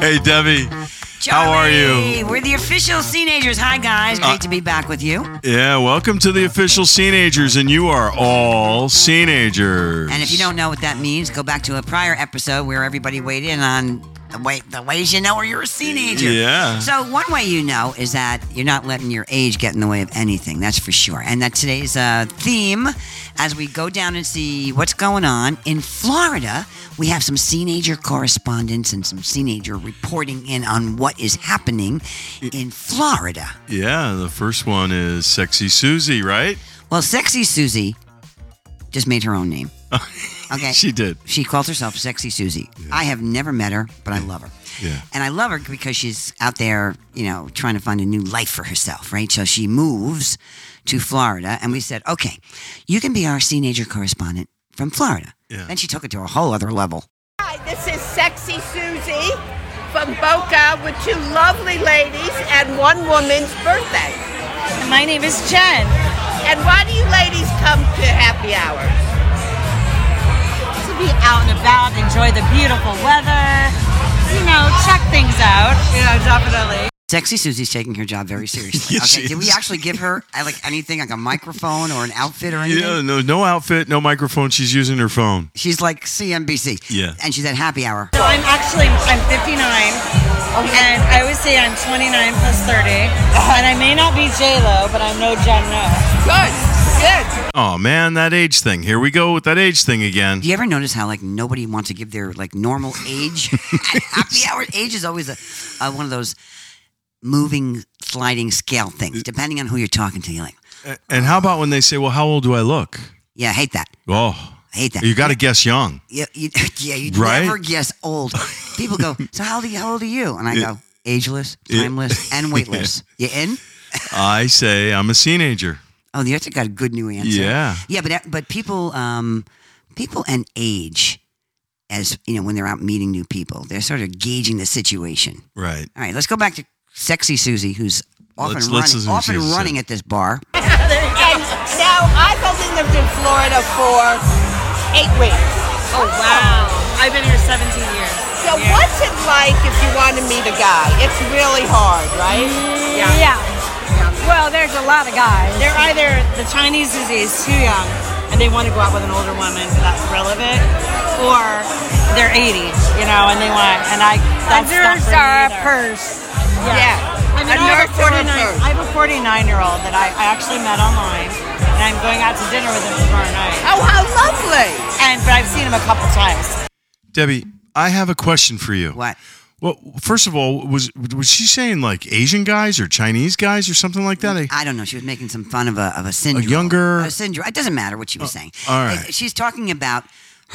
hey, Debbie. How are you? Uh, Hey, we're the official teenagers. Hi, guys. Great to be back with you. Yeah, welcome to the official Teenagers, and you are all Teenagers. And if you don't know what that means, go back to a prior episode where everybody weighed in on the, way, the ways you know where you're a teenager. Yeah. So one way you know is that you're not letting your age get in the way of anything. That's for sure. And that today's uh, theme, as we go down and see what's going on in Florida, we have some teenager correspondence and some teenager reporting in on what is happening in Florida. Yeah, the first one is Sexy Susie, right? Well, sexy Susie just made her own name. Okay. She did. She calls herself Sexy Susie. I have never met her, but I love her. Yeah. And I love her because she's out there, you know, trying to find a new life for herself, right? So she moves to Florida, and we said, okay, you can be our teenager correspondent from Florida. Yeah. Then she took it to a whole other level. Hi, this is Sexy Susie from Boca with two lovely ladies and one woman's birthday. My name is Jen. And why do you ladies come to happy hours? To be out and about, enjoy the beautiful weather, you know, check things out. Yeah, definitely. Sexy Susie's taking her job very seriously. Yes, okay. she Did we is. actually give her uh, like anything, like a microphone or an outfit or anything? Yeah, no, no outfit, no microphone. She's using her phone. She's like CNBC. Yeah. And she's at happy hour. So I'm actually I'm 59, and I always say I'm 29 plus 30, and I may not be J Lo, but I'm no Jen No. Good, good. Oh, man, that age thing. Here we go with that age thing again. Do you ever notice how like nobody wants to give their like normal age? Happy hour age is always a, a one of those moving sliding scale things. Depending on who you're talking to, you're like, And how about when they say, well, how old do I look? yeah, I hate that. Oh, I hate that. you got to guess young. yeah, you, yeah, you Right? never guess old. People go, so how old are you? How old are you? And I go, ageless, timeless, and weightless. You in? I say I'm a teenager. Oh, the other got a good new answer. Yeah. yeah, but but people, um, people and age, as you know, when they're out meeting new people, they're sort of gauging the situation. Right. All right, let's go back to sexy Susie, who's often Let's- let's running, listen to often Susie. running at this bar. And now I've only lived in Florida for eight weeks. Oh wow, I've been here 17 years. So what's it like if you want to meet a guy? It's really hard, right? Yeah. Well, there's a lot of guys. They're either the Chinese disease, too young, and they want to go out with an older woman that's relevant, or they're 80, you know, and they want, and I, that's not for me either. purse. Yeah. Yeah. I A mean, I have, a nurse or a 49, nurse. I have a 49 year old that I, I actually met online, and I'm going out to dinner with him tomorrow night. Oh, how lovely. And, but I've seen him a couple times. Debbie, I have a question for you. What? Well, first of all, was was she saying like Asian guys or Chinese guys or something like that? I, I don't know. She was making some fun of a of a syndrome. younger- Oh, a syndrome. It doesn't matter what she was saying. all right. Uh, She's talking about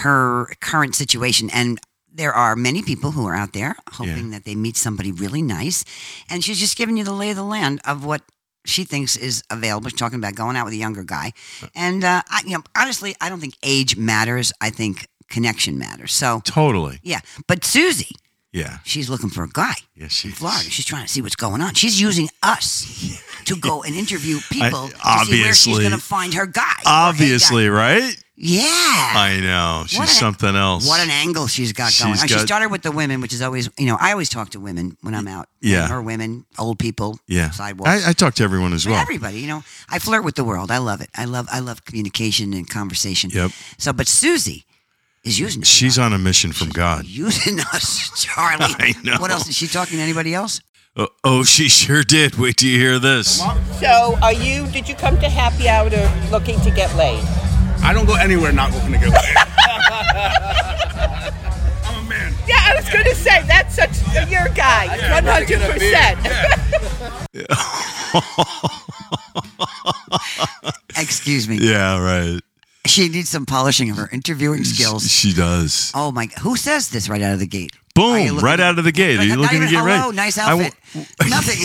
her current situation and. There are many people who are out there hoping that they meet somebody really nice, and she's just giving you the lay of the land of what she thinks is available. She's talking about going out with a younger guy, and uh, I, you know, honestly, I don't think age matters. I think connection matters. So, totally. yeah. But Susie, Yeah. she's looking for a guy. Yes, she in is. Florida. She's trying to see what's going on. She's using us to go and interview people to see where she's obviously. going to find her guy. or a guy. Obviously, right? Yeah. I know. She's What an- something else. what an angle she's got going. She's on. she got- started with the women, which is always, you know, I always talk to women when I'm out. Yeah. Or women, old people, yeah. sidewalks. I, I talk to everyone as well. Everybody, you know, I flirt with the world. I love it. I love, I love communication and conversation. Yep. So, but Susie is using us. She's on a mission from God. using us, Charlie. I know. What else is she talking to anybody else? Oh, oh, she sure did. Wait till you hear this. So are you, did you come to happy hour to- looking to get laid? I don't go anywhere not looking to get laid. I'm a man. Yeah, I was going to say that's such your guy, one hundred percent. Excuse me. Yeah, right. She needs some polishing of her interviewing skills. She does. Oh my! Who says this right out of the gate? Are you Boom! looking- Right out of the gate. Are Like, you not looking to even, get hello, ready? Nice I w- outfit. Nothing.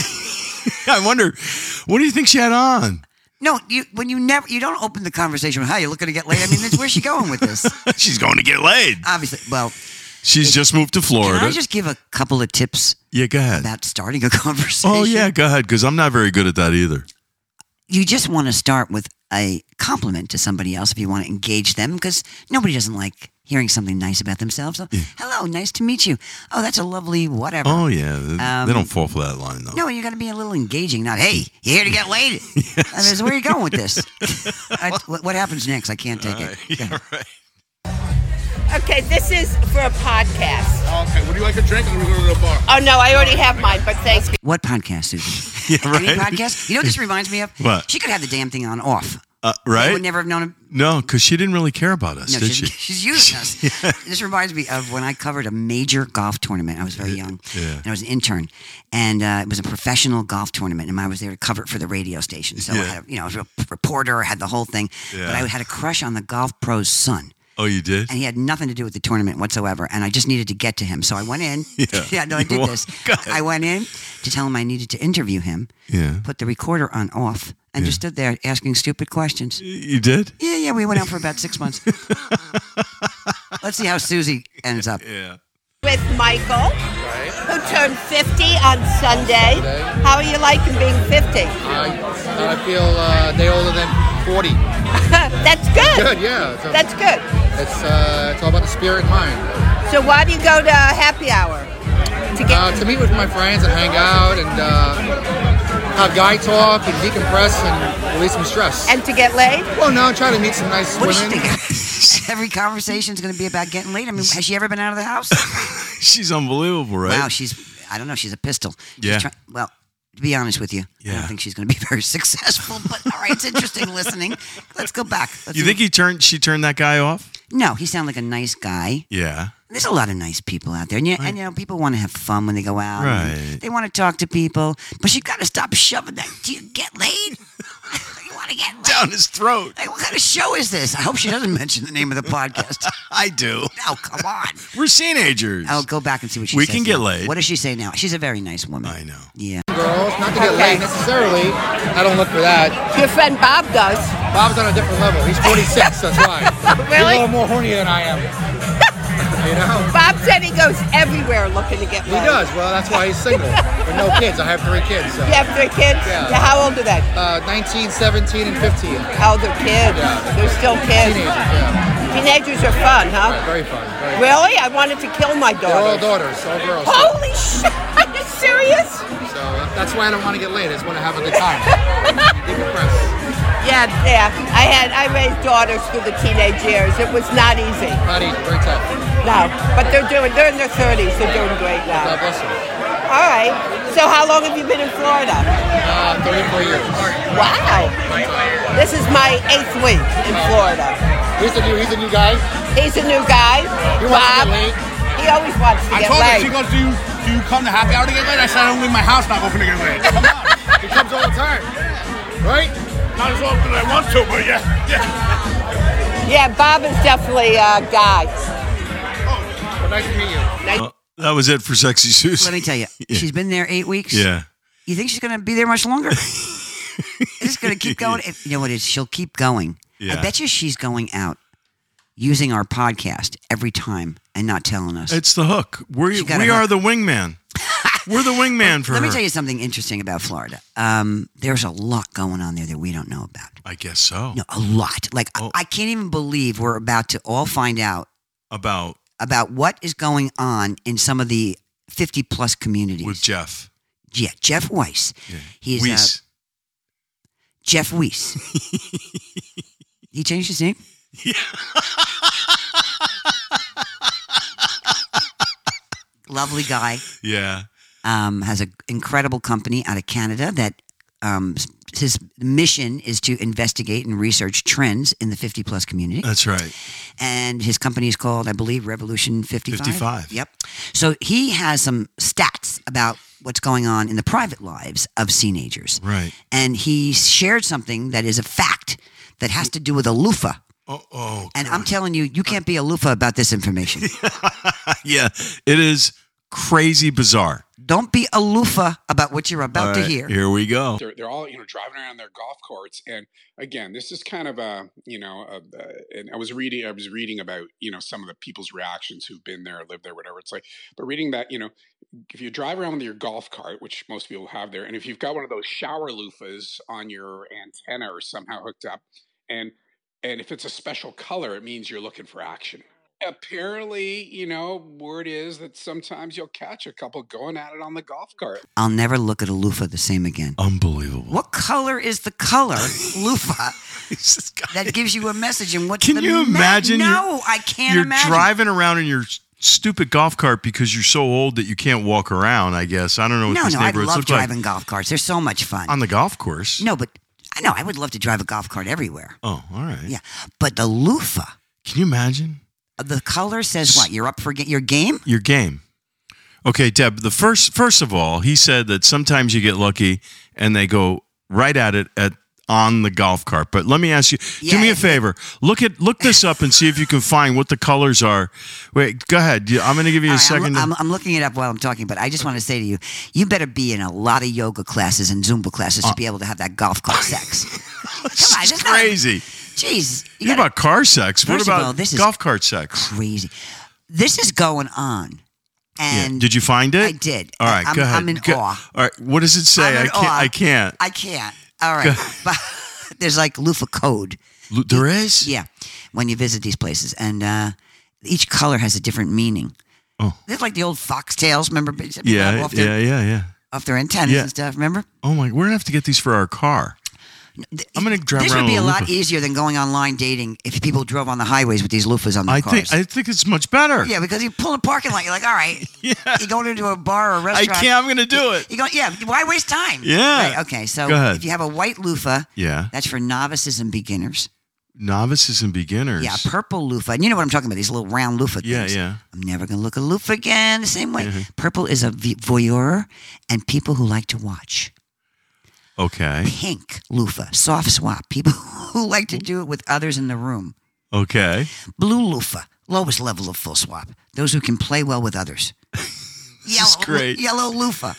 I wonder, what do you think she had on? No, you when you never you don't open the conversation with how you looking to get laid. I mean, that's where's she going with this? She's going to get laid. Obviously, well, She's just moved to Florida. can I just give a couple of tips yeah, go ahead. about starting a conversation? Oh yeah, go ahead because I'm not very good at that either. you just want to start with a compliment to somebody else if you want to engage them because nobody doesn't like hearing something nice about themselves. So, Hello, nice to meet you. Oh, that's a lovely whatever. Oh yeah, They- Um, they don't fall for that line though. No, you got to be a little engaging. Not, hey, you here to get laid? I mean, so where are you going with this? I, what, what happens next? I can't take it. Yeah, right. Okay, this is for a podcast. Oh, Okay, would you like a drink? I'm gonna go to the bar. Oh no, I already have mine, but thank you. What podcast, Susan? Yeah, Any right. podcast? You know, what this reminds me of What? she could have the damn thing on off. Uh, I right? would never have known. A, no, because she didn't really care about us, no, did she's, she? she's using us. This reminds me of when I covered a major golf tournament. I was very young, yeah. and I was an intern, and uh, it was a professional golf tournament, and I was there to cover it for the radio station. So I Yeah. had, a, you know, I was a reporter, I had the whole thing, but Yeah. I had a crush on the golf pro's son. Oh, you did. and he had nothing to do with the tournament whatsoever. And I just needed to get to him, so I went in. Yeah. no, I You did wa- this. Go ahead. I went in to tell him I needed to interview him. Yeah. Put the recorder on off and just stood there asking stupid questions. You did. Yeah, yeah. We went out for about six months. Let's see how Susie ends up. Yeah. With Michael, who turned 50 on Sunday. How are you liking being 50? I, I feel uh, they older than 40. That's good. Good, yeah. It's, a- That's good. it's, uh, it's all about the spirit and mind. So why do you go to happy hour? To get Uh, to meet with my friends and hang out and uh, have guy talk and decompress and release some stress. and to get laid? well, no, try to meet some nice What does she women. think? Every conversation is going to be about getting late. I mean, has she ever been out of the house? She's unbelievable, right? Wow, she's. I don't know. She's a pistol. She's Yeah. try- well, to be honest with you, I Yeah. don't think she's going to be very successful. But all right, it's interesting listening. Let's go back. Let's You see think he turned? She turned that guy off? No, he sounded like a nice guy. Yeah. There's a lot of nice people out there, and you, and, you know people want to have fun when they go out. and Right. They want to talk to people, but you got to stop shoving that. Do you get laid? you want to get laid? Down his throat. Like, what kind of show is this? I hope she doesn't mention the name of the podcast. I do. oh, come on. We're teenagers. I'll go back and see what she We says can get now. laid. What does she say now? She's a very nice woman. I know. Yeah. Girls, not to get laid necessarily. I don't look for that. Your friend Bob does. Bob's on a different level. He's 46, that's why. He's a Really? little more horny than I am. you know? Bob said he goes everywhere looking to get He laid. does. Well, that's why he's single. With no kids. I have three kids. So. You have three kids? Yeah. How old are they? Uh, 19, 17, and 15. Oh, they're kids. Yeah. They're still kids. Teenagers, yeah. Teenagers are fun, Right, huh? very fun. Very fun. Really? I wanted to kill my They're all daughter. daughters, all girls. too. Holy shit! Are you serious? So uh, that's why I don't want to get laid. I just want to have a good time. Decompress. Yeah, yeah. I had I raised daughters through the teenage years. It was not easy. Not easy, very tough. No, but they're doing. They're in their thirties. They're doing great now. God bless them. All right. So how long have you been in Florida? Uh, 34 years. Wow. This is my eighth week in Florida. He's the new, he's the new guy. He's a new guy. You want to Bob. get laid? He always wants I to get told her, she laid. goes, do you, do you come to happy hour to get laid? I said, I don't leave my house not open to get laid. Come on. He comes all the time. Right? not as often as I want to, but yeah. yeah. Yeah, Bob is definitely a guy. But nice to meet you. Well, Uh, that was it for sexy Susan. Let me tell you, Yeah. she's been there eight weeks. yeah. You think she's going to be there much longer? Is this going to keep going? If- you know what it is? She'll keep going. I Yeah. bet you she's going out using our podcast every time and not telling us. It's the hook. We She got a we hook. are the wingman. We're the wingman for Let her. me tell you something interesting about Florida. Um, there's a lot going on there that we don't know about. I guess so. No, a lot. Like I- Oh. I can't even believe we're about to all find out About about what is going on in some of the 50 plus communities. with Jeff. yeah, Jeff Weiss. He's Uh, Weiss. Jeff Weiss. he changed his name. Lovely guy. yeah. Um, has an incredible company out of Canada that um, s- his mission is to investigate and research trends in the 50 plus community. That's right. and his company is called, I believe, Revolution 55. 55. Yep. So he has some stats about what's going on in the private lives of teenagers. Right. And he shared something that is a fact that has to do with a loofah. Oh, oh. And I'm telling you, you can't be a loofah about this information. Yeah. It is crazy bizarre. Don't be a loofah about what you're about to All right, hear. Here we go. they're, they're all you know driving around their golf carts and again this is kind of a you know a, a, and i was reading i was reading about you know some of the people's reactions who've been there lived there whatever it's like but reading that you know if you drive around with your golf cart which most people have there and if you've got one of those shower loofahs on your antenna or somehow hooked up and and if it's a special color it means you're looking for action apparently, you know, word is that sometimes you'll catch a couple going at it on the golf cart. I'll never look at a loofah the same again. Unbelievable. What color is the color loofah This guy- that gives you a message? And what's Can the you me- imagine? No, I can't you're imagine. driving around in your stupid golf cart because you're so old that you can't walk around. I guess I don't know what no, these no, I neighborhoods love look driving like golf carts. They're so much fun. on the golf course. no, but I know I would love to drive a golf cart everywhere. Oh, all right. Yeah, but the loofah, Can you imagine the color says what? You're up for ga- your game. your game? Okay, Deb. The first, first of all, he said that sometimes you get lucky and they go right at it at on the golf cart. But let me ask you, do Yeah, me a if- favor. Look at look this up and see if you can find what the colors are. Wait, go ahead. You- I'm going to give you a All right, I'm- 2nd I'm, I'm looking it up while I'm talking, but I just want to say to you, you better be in a lot of yoga classes and Zumba classes Uh. to be able to have that golf cart sex. this on, is that's not- crazy. Jeez, you You gotta- about car sex? What First of about all, this is- golf cart sex? crazy. This is going on, Yeah. and Did you find it? I did. All right, I'm, go ahead. I'm in Go- awe. All right, what does it say? I'm I in can't. awe. I can't. I can't. All right, but there's like loofah code. L- there is. Yeah, when you visit these places, and uh, each color has a different meaning. Oh. It's like the old foxtails, remember? They said, Yeah. off, Yeah. their, Yeah. Yeah. off their antennas Yeah. and stuff. Remember? Oh my! We're gonna have to get these for our car. I'm gonna drive this around would be with a a lot loofah. easier than going online dating if people drove on the highways with these loofahs on their I cars. think. I think it's much better. yeah, because you pull in a parking lot, you're like, all right, you're going into a bar or a I restaurant. can't. I'm gonna do it. You go, yeah. Why waste time? Yeah. Right, okay. So Go ahead. if you have a white loofah, Yeah. that's for novices and beginners. Novices and beginners. Yeah, a purple loofah. And you know what I'm talking about? These little round loofah Yeah, things. yeah. Mm-hmm. I'm never gonna look at loofah again the same way. Purple is a vi- voyeur and people who like to watch. Okay. Pink loofah, soft swap. People who like to do it with others in the room. Okay. Blue loofah, lowest level of full swap. Those who can play well with others. yellow, great. Yellow loofah,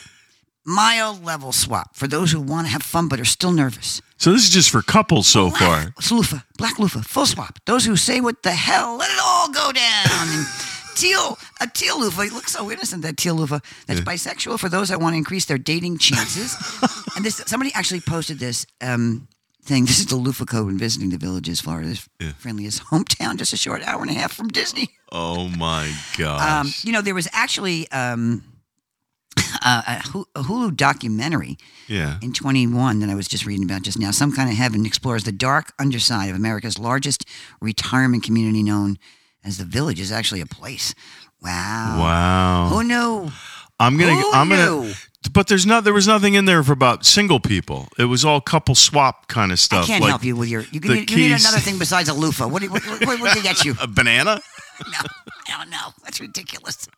mild level swap for those who want to have fun but are still nervous. So this is just for couples so far. Black loofah, black loofah, full swap. Those who say what the hell, let it all go down. And teal, a teal loofah. It looks so innocent that teal loofah. That's bisexual for those that want to increase their dating chances. and this somebody actually posted this. Um, Thing. This is the loofah code when visiting the villages, Florida's friendliest hometown, just a short hour and a half from Disney. Oh my Um, gosh. you know, there was actually um, a, a Hu- a Hulu documentary yeah. in 21 that I was just reading about just now. Some Kind of Heaven explores the dark underside of America's largest retirement community known as the Village, is actually a place. Wow. Oh, Wow. Who knew? I'm gonna. Who I'm knew? gonna. But there's not. There was nothing in there for about single people. It was all couple swap kind of stuff. I can't like help you with your. You, the need, you need keys- another thing besides a loofah. What, do you- what, what, what did they get you? A banana. No, I don't know. That's ridiculous.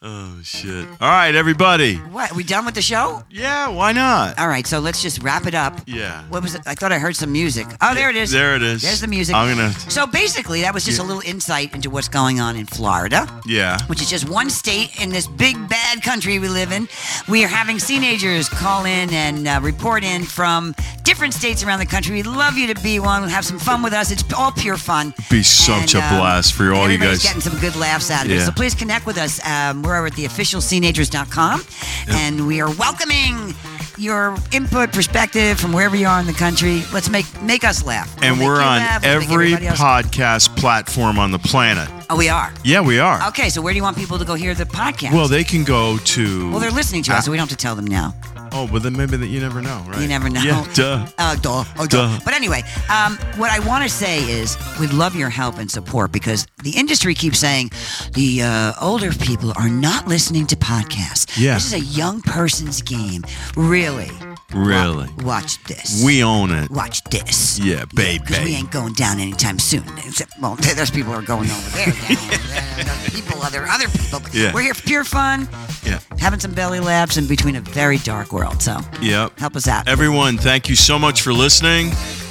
Oh shit! All right, everybody. What? we done with the show? Yeah, why not? All right, so let's just wrap it up. Yeah. What was it? I thought I heard some music. Oh, there it is. There it is. There's the music. I'm gonna. So basically, that was just a little insight into what's going on in Florida, Yeah. which is just one state in this big bad country we live in. We are having teenagers call in and uh, report in from different states around the country. We'd love you to be one. Have some fun with us. It's all pure fun. Be such a blast for and uh, um, all you everybody's guys. Getting some good laughs out of it. Yeah. So please connect with us. Um, we're over at theofficialteenagers.com, and we are welcoming your input, perspective from wherever you are in the country. Let's make make us laugh. And We'll make we're you on laugh. We'll make every everybody else- podcast platform on the planet. Oh, we are. Yeah, we are. Okay, so where do you want people to go hear the podcast? Well, they can go to. Well, they're listening to us, so we don't have to tell them now. Oh, but then maybe that you never know, right? You never know. Yeah, duh. Uh, duh. Oh, duh. Duh. But anyway, um, what I want to say is we'd love your help and support because the industry keeps saying the uh, older people are not listening to podcasts. Yeah. This is a young person's game. Really? Really? Wa- Watch this. We own it. Watch this. Yeah, baby. Because we ain't going down anytime soon. Except, well, there's people who are going over there. Down over there. There's people, other other people. Yeah. We're here for pure fun, Yeah. having some belly laughs in between a very dark world. So Yep. help us out. Everyone, thank you so much for listening.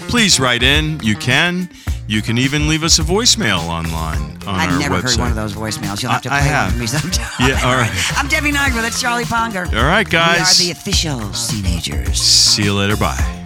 Please write in. You can. You can even leave us a voicemail online on I've our never website. heard one of those voicemails. You'll have to play I- I have. one for me sometime. Yeah, all right. I'm Debbie Nigra. That's Charlie Ponger. All right, guys. We are the official teenagers. See you later. Bye.